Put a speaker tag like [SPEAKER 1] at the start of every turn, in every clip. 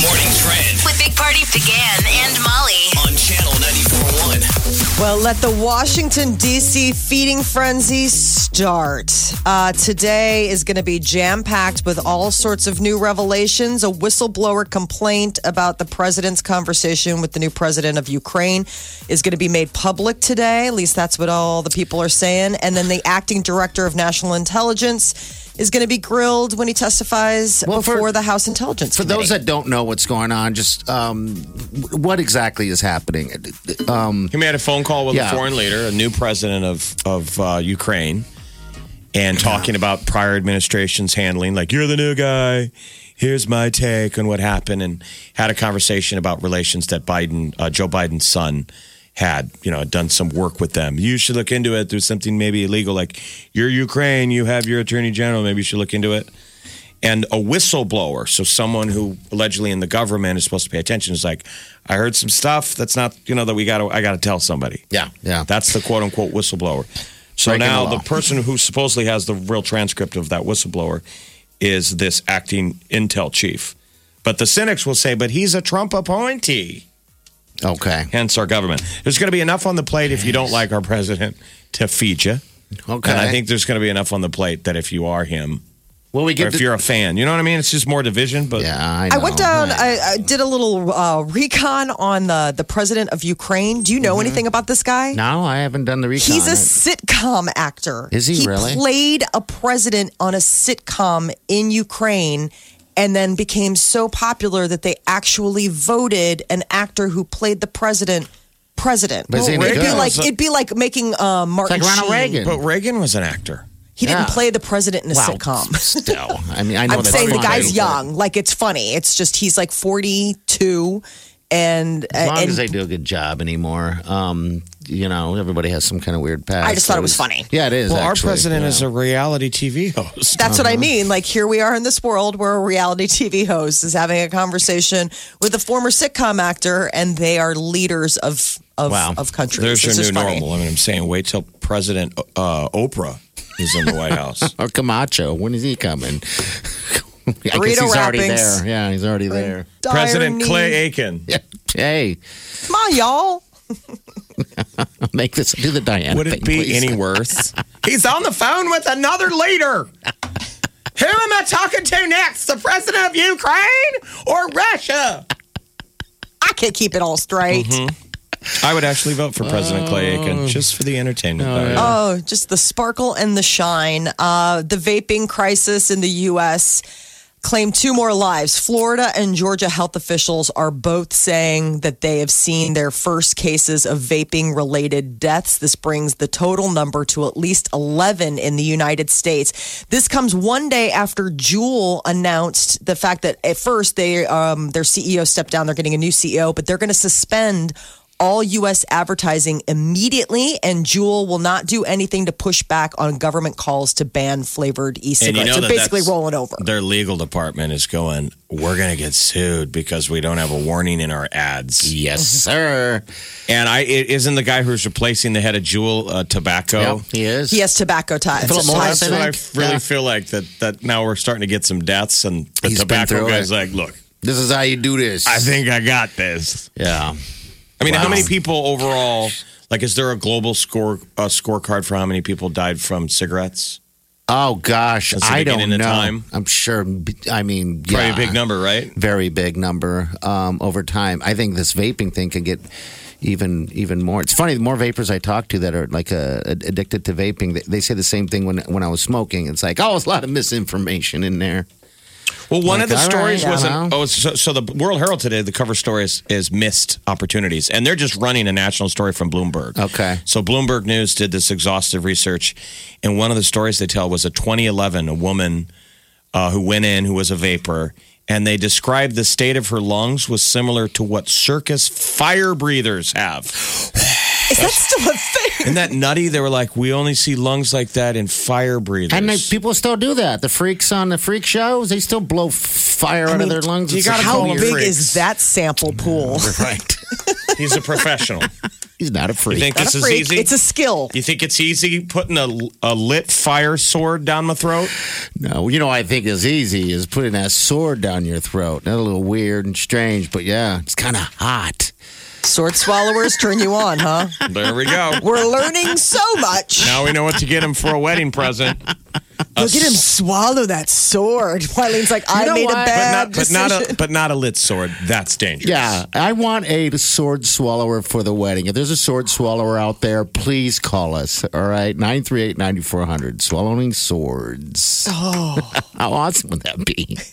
[SPEAKER 1] morning trend
[SPEAKER 2] with Big Party began and Molly.
[SPEAKER 1] on channel 94.1.
[SPEAKER 3] Well, let the Washington, D.C. feeding frenzy start. Uh, today is going to be jam packed with all sorts of new revelations. A whistleblower complaint about the president's conversation with the new president of Ukraine is going to be made public today. At least that's what all the people are saying. And then the acting director of national intelligence is going to be grilled when he testifies
[SPEAKER 4] Well, for-
[SPEAKER 3] before the House Intelligence
[SPEAKER 4] For those
[SPEAKER 3] Committee.
[SPEAKER 4] that don't know what's going on, just um, w- what exactly is happening? Um,
[SPEAKER 5] He made a phone call with
[SPEAKER 4] Yeah.
[SPEAKER 5] a foreign leader, a new president of of uh, Ukraine, and talking about prior administration's handling. Like you're the new guy. Here's my take on what happened, and had a conversation about relations that Biden, uh, Joe Biden's son, had. You know, done some work with them. You should look into it. There's something maybe illegal. Like you're Ukraine. You have your attorney general. Maybe you should look into it. And a whistleblower, so someone who allegedly in the government is supposed to pay attention, is like, I heard some stuff that's not, you know, that we got to, I got to tell somebody.
[SPEAKER 4] yeah, yeah.
[SPEAKER 5] That's the quote unquote whistleblower. So
[SPEAKER 4] Breaking
[SPEAKER 5] now
[SPEAKER 4] the
[SPEAKER 5] the,
[SPEAKER 4] law.
[SPEAKER 5] person who supposedly has the real transcript of that whistleblower is this acting intel chief. But the cynics will say, but he's a Trump appointee,
[SPEAKER 4] okay,
[SPEAKER 5] hence our government. There's going to be enough on the plate if you don't like our president to feed you.
[SPEAKER 4] okay.
[SPEAKER 5] And I think there's going to be enough on the plate that if you are him,
[SPEAKER 4] well, we
[SPEAKER 5] or
[SPEAKER 4] get
[SPEAKER 5] if you're a fan, you know what I mean? It's just more division, but
[SPEAKER 4] yeah. I, know.
[SPEAKER 3] I went down. uh, I, I did a little uh, recon on the the president of Ukraine. Do you know anything about this guy?
[SPEAKER 4] no, I haven't Mm-hmm. done the recon.
[SPEAKER 3] He's a sitcom actor.
[SPEAKER 4] Is he really?
[SPEAKER 3] played a president on a sitcom in Ukraine and then became so popular that they actually voted an actor who played the president president.
[SPEAKER 4] But is he any
[SPEAKER 3] it'd be
[SPEAKER 4] good?
[SPEAKER 3] like it'd be like making uh,
[SPEAKER 4] It's
[SPEAKER 3] Martin
[SPEAKER 4] like
[SPEAKER 3] Sheen.
[SPEAKER 4] Ronald Reagan.
[SPEAKER 5] But Reagan was an actor.
[SPEAKER 3] He didn't
[SPEAKER 4] Yeah.
[SPEAKER 3] play the president in a
[SPEAKER 4] wow.
[SPEAKER 3] sitcom.
[SPEAKER 4] Still, I mean, I know
[SPEAKER 3] I'm
[SPEAKER 4] that's
[SPEAKER 3] saying the
[SPEAKER 4] funny.
[SPEAKER 3] guy's young. Like it's funny. It's just he's like 42, and uh,
[SPEAKER 4] As long
[SPEAKER 3] and
[SPEAKER 4] as they do a good job anymore, um, you know, everybody has some kind of weird past.
[SPEAKER 3] I just thought it was funny.
[SPEAKER 4] Yeah, it is.
[SPEAKER 5] Well, our
[SPEAKER 4] actually,
[SPEAKER 5] president
[SPEAKER 4] yeah.
[SPEAKER 5] is a reality TV host.
[SPEAKER 3] that's what I mean. Like here we are in this world where a reality TV host is having a conversation with a former sitcom actor, and they are leaders of of
[SPEAKER 4] Wow.
[SPEAKER 3] of countries.
[SPEAKER 5] There's your
[SPEAKER 3] It's
[SPEAKER 5] new
[SPEAKER 3] just funny.
[SPEAKER 5] normal. I mean, I'm saying wait till President uh, Oprah is in the White House.
[SPEAKER 4] Or Oh, Camacho. When is he coming? I guess
[SPEAKER 3] Burrito
[SPEAKER 4] he's already
[SPEAKER 3] wrappings.
[SPEAKER 4] there. Yeah, he's already there.
[SPEAKER 3] Dire
[SPEAKER 5] President
[SPEAKER 3] need.
[SPEAKER 5] Clay Aiken.
[SPEAKER 4] Yeah. Hey,
[SPEAKER 3] Come on, y'all.
[SPEAKER 4] make this do the Diana
[SPEAKER 5] Would it
[SPEAKER 4] thing,
[SPEAKER 5] be
[SPEAKER 4] please.
[SPEAKER 5] any worse? He's on the phone with another leader. Who am I talking to next? The president of Ukraine or Russia?
[SPEAKER 3] I can't keep it all straight.
[SPEAKER 5] I would actually vote for President Clay Aiken just for the entertainment. value. Uh,
[SPEAKER 3] Oh, just the sparkle and the shine. Uh, the vaping crisis in the U.S. claimed two more lives. Florida and Georgia health officials are both saying that they have seen their first cases of vaping related deaths. This brings the total number to at least 11 in the United States. This comes one day after Juul announced the fact that at first they um, their CEO stepped down. They're getting a new CEO, but they're going to suspend all U.S. advertising immediately, and Juul will not do anything to push back on government calls to ban flavored
[SPEAKER 5] And
[SPEAKER 3] e-cigarettes.
[SPEAKER 5] you know
[SPEAKER 3] They're
[SPEAKER 5] that
[SPEAKER 3] basically
[SPEAKER 5] that's-
[SPEAKER 3] rolling over.
[SPEAKER 5] Their legal department is going, we're going to get sued because we don't have a warning in our ads.
[SPEAKER 4] Yes, sir.
[SPEAKER 5] And I it isn't the guy who's replacing the head of Jewel uh, Tobacco.
[SPEAKER 4] Yeah, he is.
[SPEAKER 3] He has tobacco ties.
[SPEAKER 4] Philip
[SPEAKER 5] Well,
[SPEAKER 4] Morris,
[SPEAKER 5] that's what I
[SPEAKER 4] think.
[SPEAKER 5] really
[SPEAKER 4] Yeah.
[SPEAKER 5] feel like that. That now we're starting to get some deaths, and the
[SPEAKER 4] He's been
[SPEAKER 5] tobacco
[SPEAKER 4] through
[SPEAKER 5] guy's
[SPEAKER 4] it.
[SPEAKER 5] like, "Look,
[SPEAKER 4] This is how you do this.
[SPEAKER 5] I think I got this."
[SPEAKER 4] Yeah.
[SPEAKER 5] I mean, how
[SPEAKER 4] Wow.
[SPEAKER 5] many people overall? Like, is there a global score a scorecard for how many people died from cigarettes?
[SPEAKER 4] Oh gosh,
[SPEAKER 5] That's the
[SPEAKER 4] I don't
[SPEAKER 5] beginning
[SPEAKER 4] know.
[SPEAKER 5] of time.
[SPEAKER 4] I'm sure. b- I mean,
[SPEAKER 5] Probably
[SPEAKER 4] yeah,
[SPEAKER 5] a big number, right?
[SPEAKER 4] very big number um, over time. I think this vaping thing can get even even more. It's funny. The more vapors I talk to that are like uh, ad- addicted to vaping, they, they say the same thing when when I was smoking. It's like, oh, it's a lot of misinformation in there.
[SPEAKER 5] Well, one
[SPEAKER 4] Like,
[SPEAKER 5] of the
[SPEAKER 4] all
[SPEAKER 5] stories
[SPEAKER 4] right,
[SPEAKER 5] was
[SPEAKER 4] I don't
[SPEAKER 5] an,
[SPEAKER 4] know.
[SPEAKER 5] oh, so, so the World Herald today, the cover story is, is missed opportunities, and they're just running a national story from Bloomberg.
[SPEAKER 4] Okay.
[SPEAKER 5] So Bloomberg News did this exhaustive research, and one of the stories they tell was a 2011 a woman uh, who went in who was a vapor and they described the state of her lungs was similar to what circus fire breathers have.
[SPEAKER 3] Is that still a thing?
[SPEAKER 5] Isn't that nutty? They were like, we only see lungs like that in fire breathers.
[SPEAKER 4] And they, people still do that. The freaks on the freak shows, they still blow fire out of their lungs.
[SPEAKER 5] you
[SPEAKER 4] It's
[SPEAKER 5] gotta
[SPEAKER 4] so
[SPEAKER 5] call
[SPEAKER 3] How
[SPEAKER 5] them
[SPEAKER 4] weird.
[SPEAKER 3] big
[SPEAKER 5] freaks.
[SPEAKER 3] is that sample pool?
[SPEAKER 4] Right.
[SPEAKER 5] He's a professional.
[SPEAKER 4] He's not a freak.
[SPEAKER 5] You think
[SPEAKER 3] Not
[SPEAKER 5] this
[SPEAKER 3] a
[SPEAKER 5] is
[SPEAKER 3] freak.
[SPEAKER 5] easy?
[SPEAKER 3] It's a skill.
[SPEAKER 5] you think it's easy putting a, a lit fire sword down my throat?
[SPEAKER 4] no, you know what I think is easy is putting that sword down your throat. That's a little weird and strange, but yeah, it's kind of hot.
[SPEAKER 3] Sword swallowers turn you on, huh?
[SPEAKER 5] There we go.
[SPEAKER 3] We're learning so much.
[SPEAKER 5] Now we know what to get him for a wedding present. uh,
[SPEAKER 3] Look at him swallow that sword. Wylene's like, I
[SPEAKER 4] know
[SPEAKER 3] made
[SPEAKER 4] what?
[SPEAKER 3] a
[SPEAKER 4] But
[SPEAKER 5] But
[SPEAKER 3] bad
[SPEAKER 5] not, but not
[SPEAKER 3] decision.
[SPEAKER 5] a but not a lit sword. That's dangerous.
[SPEAKER 4] Yeah, I want a sword swallower for the wedding. If there's a sword swallower out there, please call us. All right, 938 9400. Swallowing swords. Oh. How awesome would that be?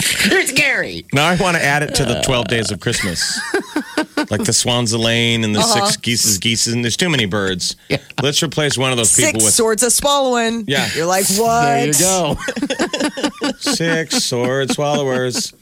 [SPEAKER 4] Here's Gary.
[SPEAKER 5] Now I want to add it to the twelve days of Christmas, like the swans of Lane and the
[SPEAKER 3] Uh-huh.
[SPEAKER 5] six geese's geese. And there's too many birds.
[SPEAKER 4] Yeah.
[SPEAKER 5] Let's replace one of those people
[SPEAKER 3] Six
[SPEAKER 5] with
[SPEAKER 3] swords a swallowing.
[SPEAKER 5] Yeah.
[SPEAKER 3] You're like, what?
[SPEAKER 4] There you go.
[SPEAKER 5] six sword swallowers,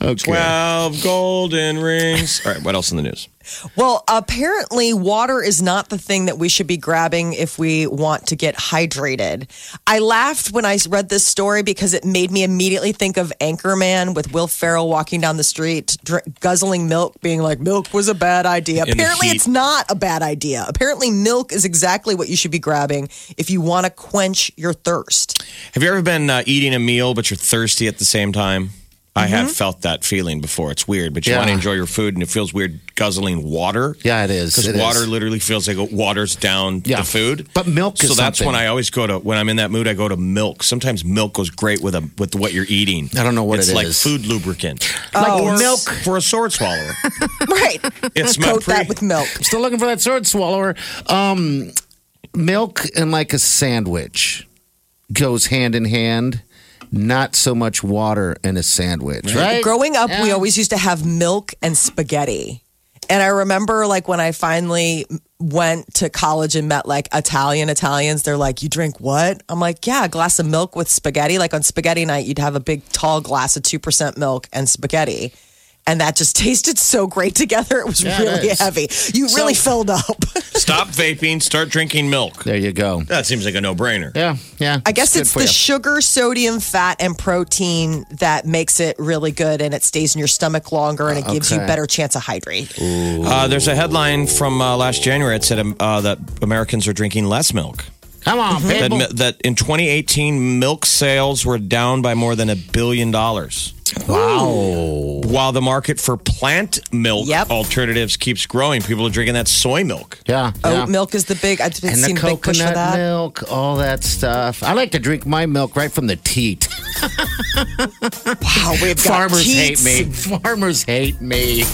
[SPEAKER 4] Okay.
[SPEAKER 5] twelve golden rings. All right, what else in the news?
[SPEAKER 3] Well, apparently, water is not the thing that we should be grabbing if we want to get hydrated. I laughed when I read this story because it made me immediately think of Anchorman with Will Ferrell walking down the street, dr- guzzling milk, being like, milk was a bad idea.
[SPEAKER 5] In the
[SPEAKER 3] apparently,
[SPEAKER 5] heat.
[SPEAKER 3] it's not a bad idea. Apparently, milk is exactly what you should be grabbing if you want to quench your thirst.
[SPEAKER 5] Have you ever been uh, eating a meal but you're thirsty at the same time? I have felt that feeling before. It's weird, but
[SPEAKER 4] Mm-hmm.
[SPEAKER 5] you
[SPEAKER 4] Yeah.
[SPEAKER 5] want to enjoy your food, and it feels weird guzzling water.
[SPEAKER 4] Yeah, it is.
[SPEAKER 5] because
[SPEAKER 4] It is.
[SPEAKER 5] water literally feels like it waters down
[SPEAKER 4] Yeah.
[SPEAKER 5] the food.
[SPEAKER 4] But milk
[SPEAKER 5] so
[SPEAKER 4] is
[SPEAKER 5] that's
[SPEAKER 4] something.
[SPEAKER 5] when I always go to when I'm in that mood. I go to milk. Sometimes milk goes great with a with what you're eating.
[SPEAKER 4] I don't know what
[SPEAKER 5] it's
[SPEAKER 4] it
[SPEAKER 5] like
[SPEAKER 4] is. Uh,
[SPEAKER 5] food lubricant,
[SPEAKER 3] Oh.
[SPEAKER 5] or
[SPEAKER 3] Milk.
[SPEAKER 5] for a sword swallower.
[SPEAKER 3] Right.
[SPEAKER 5] It's my
[SPEAKER 3] Coat
[SPEAKER 5] pre-
[SPEAKER 3] that with milk.
[SPEAKER 4] Still looking for that sword swallower. Um, milk and like a sandwich goes hand in hand. Not so much water in a sandwich, right?
[SPEAKER 3] Growing up, we always used to have milk and spaghetti. And I remember like when I finally went to college and met like Italian Italians, they're like, You drink what? I'm like, Yeah, a glass of milk with spaghetti. Like on spaghetti night, you'd have a big tall glass of 2% milk and spaghetti. And that just tasted so great together. It was
[SPEAKER 4] Yeah, it
[SPEAKER 3] really
[SPEAKER 4] is.
[SPEAKER 3] heavy. You really filled up.
[SPEAKER 5] Stop vaping. Start drinking milk.
[SPEAKER 4] There you go.
[SPEAKER 5] That seems like a no brainer.
[SPEAKER 4] Yeah, yeah.
[SPEAKER 3] I guess
[SPEAKER 4] good
[SPEAKER 3] it's
[SPEAKER 4] for
[SPEAKER 3] the
[SPEAKER 4] you.
[SPEAKER 3] sugar, sodium, fat, and protein that makes it really good and it stays in your stomach longer and it gives you
[SPEAKER 4] Uh, Okay.
[SPEAKER 3] better chance of hydrate.
[SPEAKER 5] Uh, there's a headline from uh, last January. It said um, uh, that Americans are drinking less milk.
[SPEAKER 4] Come
[SPEAKER 3] Mm-hmm.
[SPEAKER 4] on,
[SPEAKER 5] That,
[SPEAKER 4] people.
[SPEAKER 5] mi- that in 2018, milk sales were down by more than a billion dollars. Wow. While the market for plant milk
[SPEAKER 3] Yep.
[SPEAKER 5] alternatives keeps growing, people are drinking that soy milk.
[SPEAKER 4] yeah, yeah.
[SPEAKER 3] Oat Oh, milk is the big. I've
[SPEAKER 4] and
[SPEAKER 3] seen
[SPEAKER 4] the
[SPEAKER 3] a big push for
[SPEAKER 4] coconut
[SPEAKER 3] that.
[SPEAKER 4] milk, all that stuff. I like to drink my milk right from the teat.
[SPEAKER 3] Wow, we've got
[SPEAKER 4] Farmers
[SPEAKER 3] teats.
[SPEAKER 4] hate me. Farmers hate me.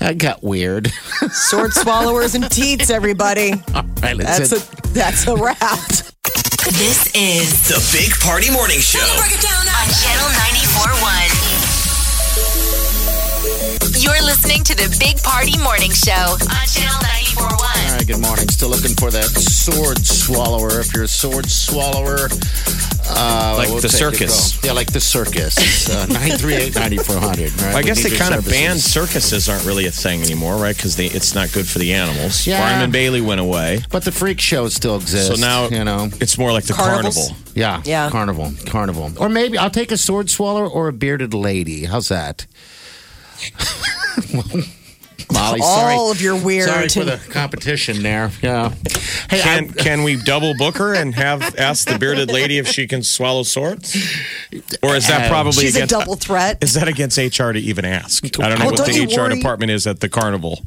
[SPEAKER 4] that got weird.
[SPEAKER 3] Sword swallowers and teats, everybody.
[SPEAKER 4] All right, let's
[SPEAKER 3] That's a that's a wrap.
[SPEAKER 2] This is
[SPEAKER 1] The Big Party Morning Show.
[SPEAKER 2] Break it down on Channel 94.1. You're listening to the Big Party Morning Show on Channel 94.1.
[SPEAKER 4] All right, good morning. Still looking for that sword swallower. If you're a sword swallower, uh,
[SPEAKER 5] Like the
[SPEAKER 4] take your
[SPEAKER 5] circus.
[SPEAKER 4] call. Yeah, like the circus. Uh, 938 9400.
[SPEAKER 5] I guess they kind of banned circuses aren't really a thing anymore, right? Because it's not good for the animals.
[SPEAKER 4] Yeah.
[SPEAKER 5] Barnum and Bailey went away,
[SPEAKER 4] But the freak show still exists.
[SPEAKER 5] so now
[SPEAKER 4] you know,
[SPEAKER 5] it's more like the
[SPEAKER 3] Carnivals?
[SPEAKER 5] carnival.
[SPEAKER 4] yeah,
[SPEAKER 3] Yeah.
[SPEAKER 4] carnival, carnival, or maybe I'll take a sword swallower or a bearded lady. How's that? Molly, sorry.
[SPEAKER 3] All of your weird.
[SPEAKER 4] Sorry for the competition there. Yeah. Hey,
[SPEAKER 5] Can
[SPEAKER 4] I,
[SPEAKER 5] can we double book her and have ask the bearded lady if she can swallow swords? Or is that
[SPEAKER 4] Um,
[SPEAKER 5] probably
[SPEAKER 3] She's a
[SPEAKER 5] against,
[SPEAKER 3] double threat.
[SPEAKER 5] Is that against HR to even ask? I don't know
[SPEAKER 3] Well,
[SPEAKER 5] what
[SPEAKER 3] don't
[SPEAKER 5] the
[SPEAKER 3] you
[SPEAKER 5] HR
[SPEAKER 3] worry-
[SPEAKER 5] department is at the carnival.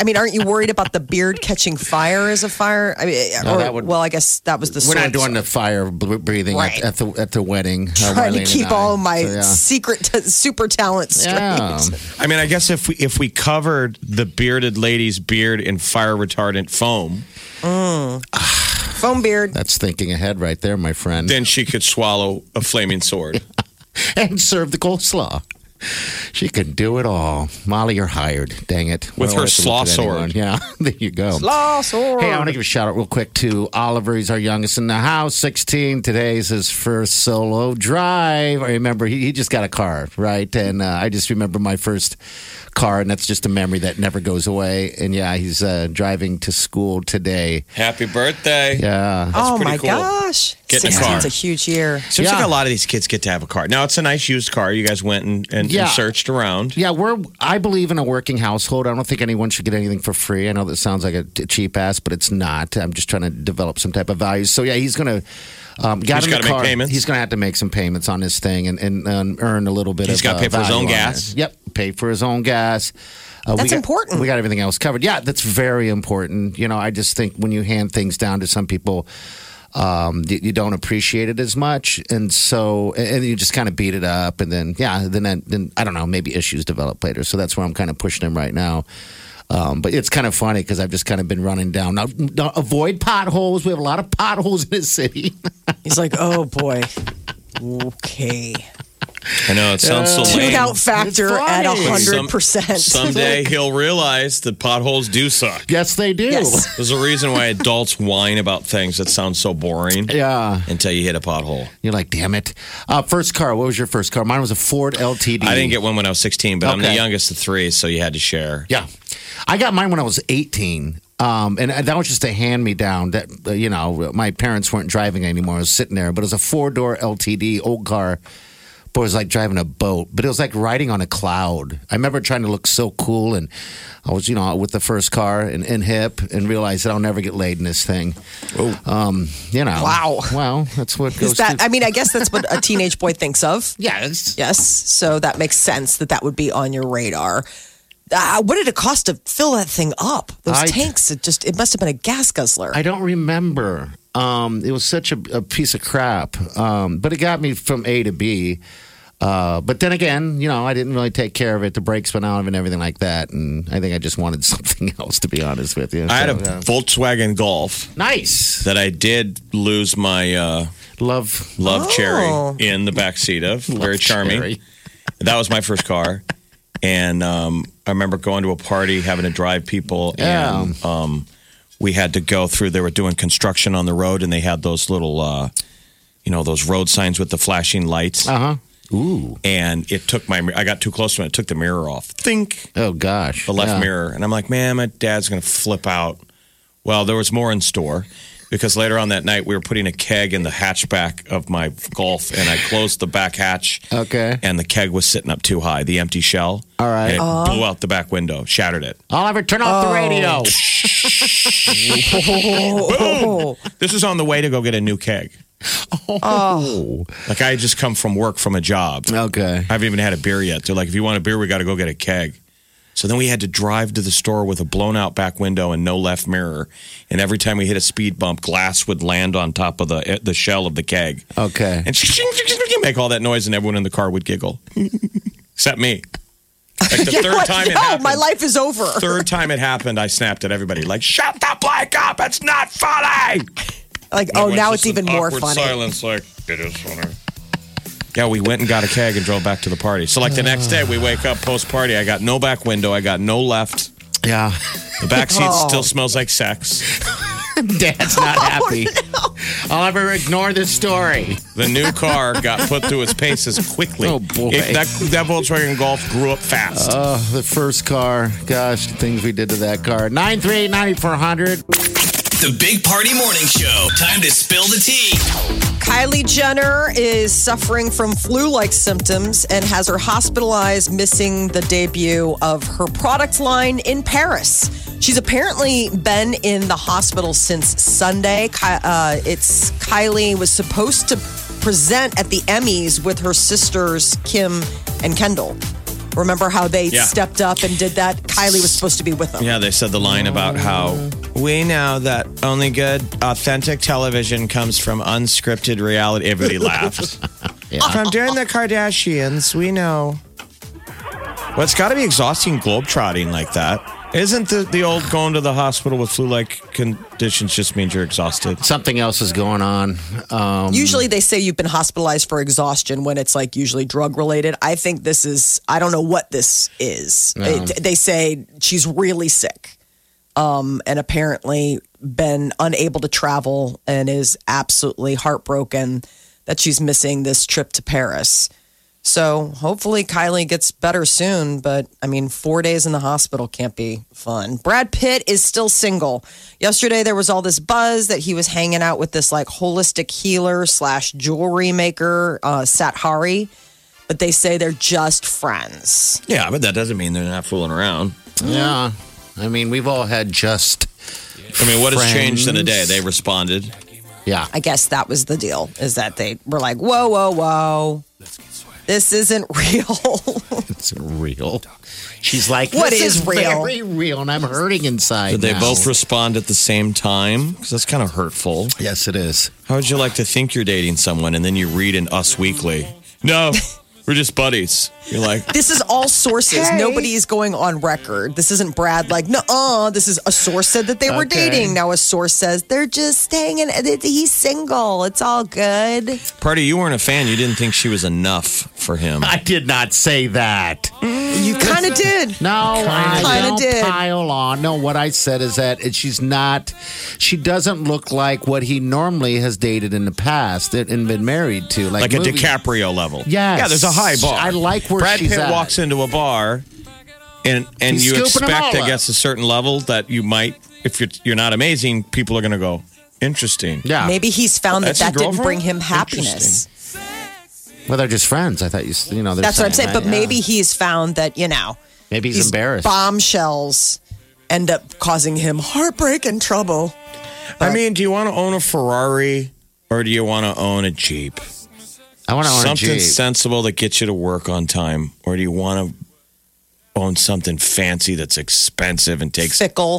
[SPEAKER 3] I mean, aren't you worried about the beard catching fire as a fire? I mean,
[SPEAKER 4] No,
[SPEAKER 3] or,
[SPEAKER 4] that would-
[SPEAKER 3] well, I guess that was the.
[SPEAKER 4] we're not
[SPEAKER 3] sword-
[SPEAKER 4] doing the fire b- breathing
[SPEAKER 3] Right.
[SPEAKER 4] at, at the at the wedding. uh,
[SPEAKER 3] Trying
[SPEAKER 4] Marlene
[SPEAKER 3] to keep
[SPEAKER 4] and I.
[SPEAKER 3] all my
[SPEAKER 4] So, yeah.
[SPEAKER 3] secret t- super talents straight.
[SPEAKER 4] Yeah.
[SPEAKER 5] I mean, I guess if we if we covered the bearded lady's beard in fire retardant foam,
[SPEAKER 3] Foam beard.
[SPEAKER 4] That's thinking ahead right there, my friend.
[SPEAKER 5] then she could swallow a flaming sword.
[SPEAKER 4] And serve the coleslaw. She can do it all. Molly, you're hired. Dang it.
[SPEAKER 5] With
[SPEAKER 4] I don't have
[SPEAKER 5] her
[SPEAKER 4] to look at
[SPEAKER 5] slaw
[SPEAKER 4] anyone.
[SPEAKER 5] sword.
[SPEAKER 4] Yeah, there you go. Slaw sword. Hey, I want to give a shout out real quick to Oliver. He's our youngest in the house, 16. Today's his first solo drive. I remember he, he just got a car, right? And uh, I just remember my first car, and that's just a memory that never goes away. And yeah, he's uh, driving to school today.
[SPEAKER 5] Happy birthday.
[SPEAKER 4] Yeah.
[SPEAKER 3] oh
[SPEAKER 5] pretty
[SPEAKER 3] my
[SPEAKER 5] cool.
[SPEAKER 3] gosh.
[SPEAKER 5] Get in the
[SPEAKER 3] 16's
[SPEAKER 5] car.
[SPEAKER 3] a huge year.
[SPEAKER 5] Seems
[SPEAKER 4] Yeah.
[SPEAKER 5] like a lot of these kids get to have a car. Now, it's a nice used car. You guys went and, and,
[SPEAKER 4] Yeah.
[SPEAKER 5] and searched around.
[SPEAKER 4] Yeah, we're. I believe in a working household. I don't think anyone should get anything for free. I know that sounds like a t- cheap ass, but it's not. I'm just trying to develop some type of values. So yeah, he's gonna. Um, got
[SPEAKER 5] He's
[SPEAKER 4] in the
[SPEAKER 5] gotta make
[SPEAKER 4] car.
[SPEAKER 5] payments.
[SPEAKER 4] He's gonna have to make some payments on his thing and and um, earn a little bit.
[SPEAKER 5] He's
[SPEAKER 4] of,
[SPEAKER 5] gotta
[SPEAKER 4] uh,
[SPEAKER 5] pay for his
[SPEAKER 4] value
[SPEAKER 5] own
[SPEAKER 4] on
[SPEAKER 5] gas.
[SPEAKER 4] it. Yep, pay for his own gas. Uh, we
[SPEAKER 3] That's
[SPEAKER 4] got-
[SPEAKER 3] important.
[SPEAKER 4] We got everything else covered. Yeah, that's very important. You know, I just think when you hand things down to some people um, you, you don't appreciate it as much, and so and and you just kind of beat it up, and then yeah, then then I don't know, maybe issues develop later. So that's where I'm kind of pushing him right now. Um, but it's kind of funny because I've just kind of been running down. Now, now avoid potholes. We have a lot of potholes in this city.
[SPEAKER 3] He's like, oh boy. Okay.
[SPEAKER 5] I know it sounds so lame.
[SPEAKER 3] Tune out factor at
[SPEAKER 4] funny.
[SPEAKER 5] Some-
[SPEAKER 3] 100%.
[SPEAKER 5] Someday he'll realize that potholes do suck.
[SPEAKER 4] yes, they do.
[SPEAKER 3] Yes.
[SPEAKER 5] There's a reason why adults whine about things that sound so boring
[SPEAKER 4] Yeah,
[SPEAKER 5] until you hit a pothole.
[SPEAKER 4] you're like, damn it. Uh, first car. What was your first car? Mine was a Ford LTD.
[SPEAKER 5] I didn't get one when I was 16, but I'm the
[SPEAKER 4] Okay.
[SPEAKER 5] youngest of three, so you had to share.
[SPEAKER 4] Yeah, I got mine when I was eighteen, um, and that was just a hand me down. That uh, you know, my parents weren't driving anymore. I was sitting there, but it was a four door LTD old car. Boy, it was like driving a boat, but it was like riding on a cloud. I remember trying to look so cool, and I was, you know, with the first car and, and hip, and realized that I'll never get laid in this thing. Um, you know,
[SPEAKER 3] Wow.
[SPEAKER 4] Well, that's what goes.
[SPEAKER 3] Is that,
[SPEAKER 4] through-
[SPEAKER 3] I mean, I guess that's what a teenage boy thinks of.
[SPEAKER 4] yeah, it's-
[SPEAKER 3] Yes. So that makes sense that that would be on your radar. Uh, what did it cost to fill that thing up? Those
[SPEAKER 4] I-
[SPEAKER 3] tanks, it just, it must have been a gas guzzler.
[SPEAKER 4] I don't remember. Um, it was such a, a piece of crap, um, but it got me from A to B. Uh, but then again, you know, I didn't really take care of it. The brakes went out and everything like that, and I think I just wanted something else. To be honest with you,
[SPEAKER 5] I had a
[SPEAKER 4] So, yeah.
[SPEAKER 5] Volkswagen Golf
[SPEAKER 4] nice
[SPEAKER 5] that I did lose my uh,
[SPEAKER 4] love.
[SPEAKER 5] love
[SPEAKER 3] Oh.
[SPEAKER 5] cherry in the back seat of. Very charming.
[SPEAKER 4] Cherry.
[SPEAKER 5] That was my first car. And um, I remember going to a party, having to drive people, and um, we had to go through. They were doing construction on the road, and they had those little, uh, you know, those road signs with the flashing lights.
[SPEAKER 4] Uh huh. Ooh.
[SPEAKER 5] And it took my, I got too close to it. It took the mirror off. Think
[SPEAKER 4] Oh gosh.
[SPEAKER 5] the left
[SPEAKER 4] Yeah.
[SPEAKER 5] mirror, and I'm like, man, my dad's gonna flip out. Well, there was more in store because later on that night we were putting a keg in the hatchback of my Golf, and I closed the back hatch.
[SPEAKER 4] Okay.
[SPEAKER 5] And the keg was sitting up too high, the empty shell. All right. And it blew out the back window, shattered it.
[SPEAKER 4] Oliver, turn off the radio.
[SPEAKER 3] Oh,
[SPEAKER 5] This is on the way to go get a new keg. Like I had just come from work from a job.
[SPEAKER 4] Okay.
[SPEAKER 5] I haven't even had a beer yet. They're like, if you want a beer, we got to go get a keg. So then we had to drive to the store with a blown out back window and no left mirror. And every time we hit a speed bump, glass would land on top of the the shell of the keg.
[SPEAKER 4] Okay.
[SPEAKER 5] And you make all that noise, and everyone in the car would giggle, except me. Like the third
[SPEAKER 3] Like,
[SPEAKER 5] time it
[SPEAKER 3] yo,
[SPEAKER 5] happened.
[SPEAKER 3] my life is over.
[SPEAKER 5] Third time it happened, I snapped at everybody like, "Shut the blank up! It's not funny."
[SPEAKER 3] Like, oh,
[SPEAKER 5] Everyone's
[SPEAKER 3] now it's
[SPEAKER 5] just
[SPEAKER 3] even
[SPEAKER 5] in
[SPEAKER 3] more
[SPEAKER 5] awkward
[SPEAKER 3] funny.
[SPEAKER 5] Silence, like it is funny. Yeah, we went and got a keg and drove back to the party. So like the next day, we wake up post party. I got no back window. I got no left.
[SPEAKER 4] Yeah.
[SPEAKER 5] The back seat
[SPEAKER 3] Oh.
[SPEAKER 5] still smells like sex.
[SPEAKER 4] Dad's not happy. Oliver, ignore this story.
[SPEAKER 5] The new car got put through its paces quickly.
[SPEAKER 4] Oh, boy.
[SPEAKER 5] It- that, that Volkswagen Golf grew up fast.
[SPEAKER 4] The first car. Gosh, the things we did to that car. 938 9400.
[SPEAKER 1] The Big Party Morning Show. Time to spill the tea.
[SPEAKER 3] Kylie Jenner is suffering from flu like symptoms and has her hospitalized, missing the debut of her product line in Paris. She's apparently been in the hospital since Sunday. Ky- Uh, it's Kylie was supposed to present at the Emmys with her sisters, Kim and Kendall. Remember how they
[SPEAKER 5] Yeah.
[SPEAKER 3] stepped up and did that? Kylie was supposed to be with them.
[SPEAKER 5] Yeah, they said the line about how we know that only good, authentic television comes from unscripted reality. Everybody laughed. From during the Kardashians, we know. Well, it's got to be exhausting globetrotting like that. Isn't the, the old going to the hospital with flu like conditions just means you're exhausted?
[SPEAKER 4] Something else is going on. Um,
[SPEAKER 3] Usually they say you've been hospitalized for exhaustion when it's like usually drug related. I think this is, I don't know what this is. It- they say she's really sick um, and apparently been unable to travel and is absolutely heartbroken that she's missing this trip to Paris. So hopefully Kylie gets better soon, but I mean, four days in the hospital can't be fun. Brad Pitt is still single. Yesterday, there was all this buzz that he was hanging out with this like holistic healer slash jewelry maker, uh, Sathari, but they say they're just friends.
[SPEAKER 5] Yeah, but that doesn't mean they're not fooling around.
[SPEAKER 4] yeah. I mean, we've all had just.
[SPEAKER 5] I mean, what has changed in a day?
[SPEAKER 4] Friends.
[SPEAKER 5] They responded.
[SPEAKER 4] Yeah.
[SPEAKER 3] I guess that was the deal is that they were like, whoa, whoa, whoa. This isn't real.
[SPEAKER 4] It's real. She's like,
[SPEAKER 3] What
[SPEAKER 4] this
[SPEAKER 3] is real?"
[SPEAKER 4] Very real, and I'm hurting inside.
[SPEAKER 5] Did they
[SPEAKER 4] now.
[SPEAKER 5] both respond at the same time? Because that's kind of hurtful.
[SPEAKER 4] Yes, it is.
[SPEAKER 5] How would you like to think you're dating someone and then you read in Us Weekly? No, we're just buddies. You're like,
[SPEAKER 3] this is all sources. Nobody is going on record. This isn't Brad like, no, uh, this is a source said that they were
[SPEAKER 4] Okay.
[SPEAKER 3] dating. Now a source says they're just staying in, he's single. It's all good.
[SPEAKER 5] Party, you weren't a fan. You didn't think she was enough for him.
[SPEAKER 4] I did not say that.
[SPEAKER 3] You kind of did.
[SPEAKER 4] No, I
[SPEAKER 3] Kinda
[SPEAKER 4] don't
[SPEAKER 3] did.
[SPEAKER 4] pile on. No, what I said is that it- she's not. She doesn't look like what he normally has dated in the past and and been married to, like,
[SPEAKER 5] Like a
[SPEAKER 4] movie-
[SPEAKER 5] DiCaprio level.
[SPEAKER 4] Yes.
[SPEAKER 5] Yeah, there's a high bar.
[SPEAKER 4] I like where
[SPEAKER 5] Brad
[SPEAKER 4] she's
[SPEAKER 5] Pitt
[SPEAKER 4] at.
[SPEAKER 5] walks into a bar and and
[SPEAKER 4] He's
[SPEAKER 5] you
[SPEAKER 4] scooping 'em
[SPEAKER 5] expect,
[SPEAKER 4] all
[SPEAKER 5] I guess, a certain level that you might if you're you're not amazing, people are gonna go, interesting.
[SPEAKER 4] Yeah,
[SPEAKER 3] Maybe he's found that
[SPEAKER 5] That's your
[SPEAKER 3] that didn't bring him
[SPEAKER 5] girlfriend?
[SPEAKER 3] happiness.
[SPEAKER 4] Well, they're just friends. I thought you, s- you know, they're
[SPEAKER 3] That's what I'm saying.
[SPEAKER 4] that,
[SPEAKER 3] But
[SPEAKER 4] yeah.
[SPEAKER 3] maybe he's found that, you know,
[SPEAKER 4] maybe he's,
[SPEAKER 3] these
[SPEAKER 4] embarrassed.
[SPEAKER 3] bombshells end up causing him heartbreak and trouble.
[SPEAKER 5] I mean, do you wanna own a Ferrari or do you wanna own a Jeep?
[SPEAKER 4] I want to own a
[SPEAKER 5] something
[SPEAKER 4] Jeep.
[SPEAKER 5] sensible that gets you to work on time, or do you want to own something fancy that's expensive and takes
[SPEAKER 3] Fickle.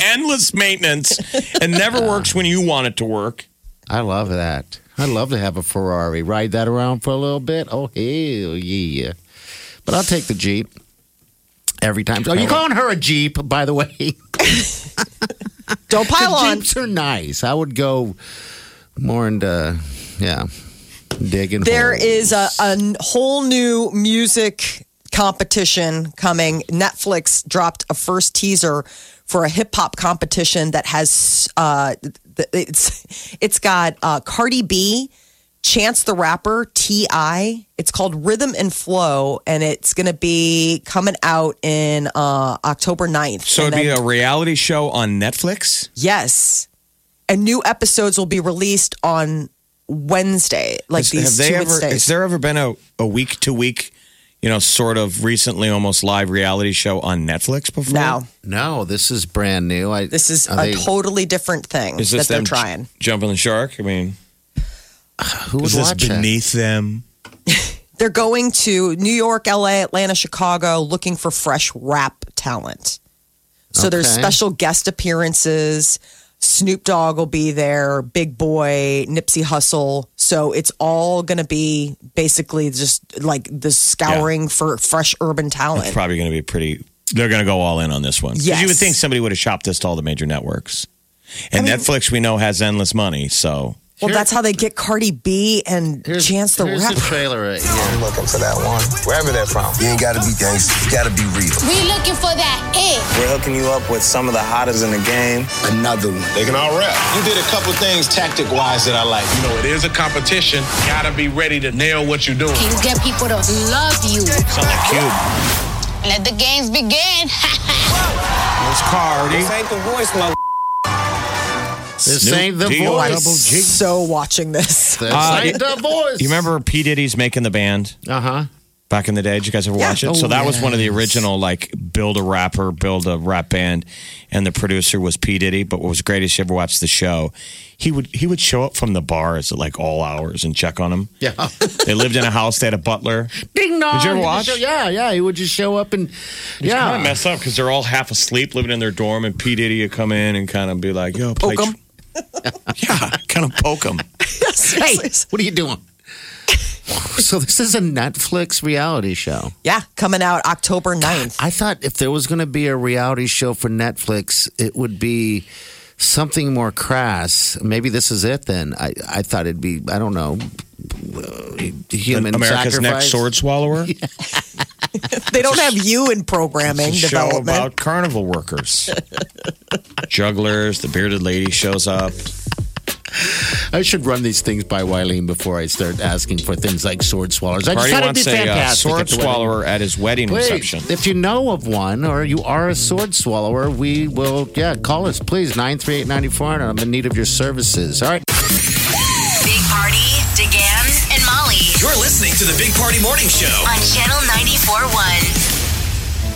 [SPEAKER 5] endless maintenance and never works when you want it to work?
[SPEAKER 4] I love that. I love to have a Ferrari. Ride that around for a little bit. Oh hell yeah! But I'll take the Jeep every time. Are you calling her a Jeep? By the way,
[SPEAKER 3] Don't pile
[SPEAKER 4] the
[SPEAKER 3] on.
[SPEAKER 4] Jeeps are nice. I would go more into yeah, digging.
[SPEAKER 3] There
[SPEAKER 4] holes.
[SPEAKER 3] is a, a n- whole new music competition coming. Netflix dropped a first teaser for a hip hop competition that has uh, th- it's it's got uh, Cardi B, Chance the Rapper, Ti. It's called Rhythm and Flow, and it's going to be coming out in uh, October 9th.
[SPEAKER 5] So
[SPEAKER 3] And
[SPEAKER 5] it'd be
[SPEAKER 3] then-
[SPEAKER 5] a reality show on Netflix.
[SPEAKER 3] yes, and new episodes will be released on. Wednesday, like
[SPEAKER 5] Has-
[SPEAKER 3] these
[SPEAKER 5] have they
[SPEAKER 3] two
[SPEAKER 5] ever?
[SPEAKER 3] Wednesdays.
[SPEAKER 5] Has there ever been a a week to week, you know, sort of recently almost live reality show on Netflix before?
[SPEAKER 3] now,
[SPEAKER 4] no. This is brand new. I
[SPEAKER 3] This is
[SPEAKER 4] are
[SPEAKER 3] a
[SPEAKER 4] they-
[SPEAKER 3] totally different thing
[SPEAKER 5] Is
[SPEAKER 3] that
[SPEAKER 5] this
[SPEAKER 3] they're
[SPEAKER 5] them j-
[SPEAKER 3] trying.
[SPEAKER 5] jumping the shark? I mean,
[SPEAKER 4] who would
[SPEAKER 5] is this
[SPEAKER 4] watch it?
[SPEAKER 5] beneath them?
[SPEAKER 3] They're going to New York, LA, Atlanta, Chicago looking for fresh rap talent. So there's
[SPEAKER 4] Okay.
[SPEAKER 3] special guest appearances. Snoop Dogg will be there, Big Boy, Nipsey Hussle. So it's all going to be basically just like the scouring for fresh urban
[SPEAKER 5] It's
[SPEAKER 3] talent.
[SPEAKER 5] probably going to be pretty. They're going to go all in on this one. 'Cause
[SPEAKER 3] Yes.
[SPEAKER 5] You would think somebody would have shopped this to all the major networks. And Netflix, we know, has endless money. So
[SPEAKER 3] well, that's how they get Cardi B and
[SPEAKER 4] Here's-
[SPEAKER 3] Chance the
[SPEAKER 4] here's the
[SPEAKER 3] Rapper.
[SPEAKER 4] trailer right here.
[SPEAKER 6] I'm looking for that one, wherever they're from.
[SPEAKER 7] You ain't gotta be gangster. You gotta be real.
[SPEAKER 8] We looking for that it.
[SPEAKER 6] We're hooking you up with some of the hottest in the game.
[SPEAKER 7] Another one.
[SPEAKER 9] They can all rap. You did a couple things tactic wise that I like. You know, it is a competition. Gotta be ready to nail what you're doing.
[SPEAKER 8] Can get people to love you.
[SPEAKER 5] sounds like cute.
[SPEAKER 8] Let the games begin.
[SPEAKER 5] It's Cardi.
[SPEAKER 6] This ain't the voice, my.
[SPEAKER 4] This
[SPEAKER 5] Snoop
[SPEAKER 4] ain't the
[SPEAKER 5] D-O
[SPEAKER 3] I'm
[SPEAKER 4] voice.
[SPEAKER 5] Double G.
[SPEAKER 3] so watching this.
[SPEAKER 4] This
[SPEAKER 5] Uh,
[SPEAKER 4] ain't the voice.
[SPEAKER 5] You remember P Diddy's making the band
[SPEAKER 4] Uh huh.
[SPEAKER 5] back in the day? Did you guys ever watch it?
[SPEAKER 4] Oh,
[SPEAKER 5] so that was one of the
[SPEAKER 4] yes.
[SPEAKER 5] original like build a rapper, build a rap band, and the producer was P Diddy. But what was great is you ever watched the show, he would he would show up from the bars at like all hours and check on him.
[SPEAKER 4] Yeah.
[SPEAKER 5] They lived in a house. They had a butler.
[SPEAKER 4] Ding dong.
[SPEAKER 5] Did you ever
[SPEAKER 4] He would
[SPEAKER 5] watch?
[SPEAKER 4] show- yeah, yeah. He would just show up and
[SPEAKER 3] Oh.
[SPEAKER 4] yeah.
[SPEAKER 5] kind of mess up because they're all half asleep living in their dorm, and P. Diddy would come in and kind of be like, yo, play
[SPEAKER 3] Poke 'em.
[SPEAKER 5] tr- yeah, kind of poke them.
[SPEAKER 4] hey, what are you doing? So this is a Netflix reality show.
[SPEAKER 3] Yeah, coming out October 9th.
[SPEAKER 4] I thought if there was going to be a reality show for Netflix, it would be something more crass. Maybe this is it. Then I, I thought it'd be I don't know uh, human
[SPEAKER 5] America's
[SPEAKER 4] sacrifice.
[SPEAKER 5] next sword swallower.
[SPEAKER 3] They don't have you in programming
[SPEAKER 5] It's a show
[SPEAKER 3] development.
[SPEAKER 5] about carnival workers, jugglers. The bearded lady shows up.
[SPEAKER 4] I should run these things by Wileen before I start asking for things like sword swallowers. I just
[SPEAKER 5] Party
[SPEAKER 4] thought it'd be
[SPEAKER 5] wants a uh,
[SPEAKER 4] fantastic. at
[SPEAKER 5] sword
[SPEAKER 4] the wedding.
[SPEAKER 5] swallower at his wedding
[SPEAKER 4] Wait,
[SPEAKER 5] reception.
[SPEAKER 4] if you know of one or you are a sword swallower, we will, yeah, call us, please, 938 9400. I'm in need of your services. All right.
[SPEAKER 2] Big Party, DeGan, and Molly
[SPEAKER 1] You're listening to the Big Party Morning Show.
[SPEAKER 2] on Channel 94.1.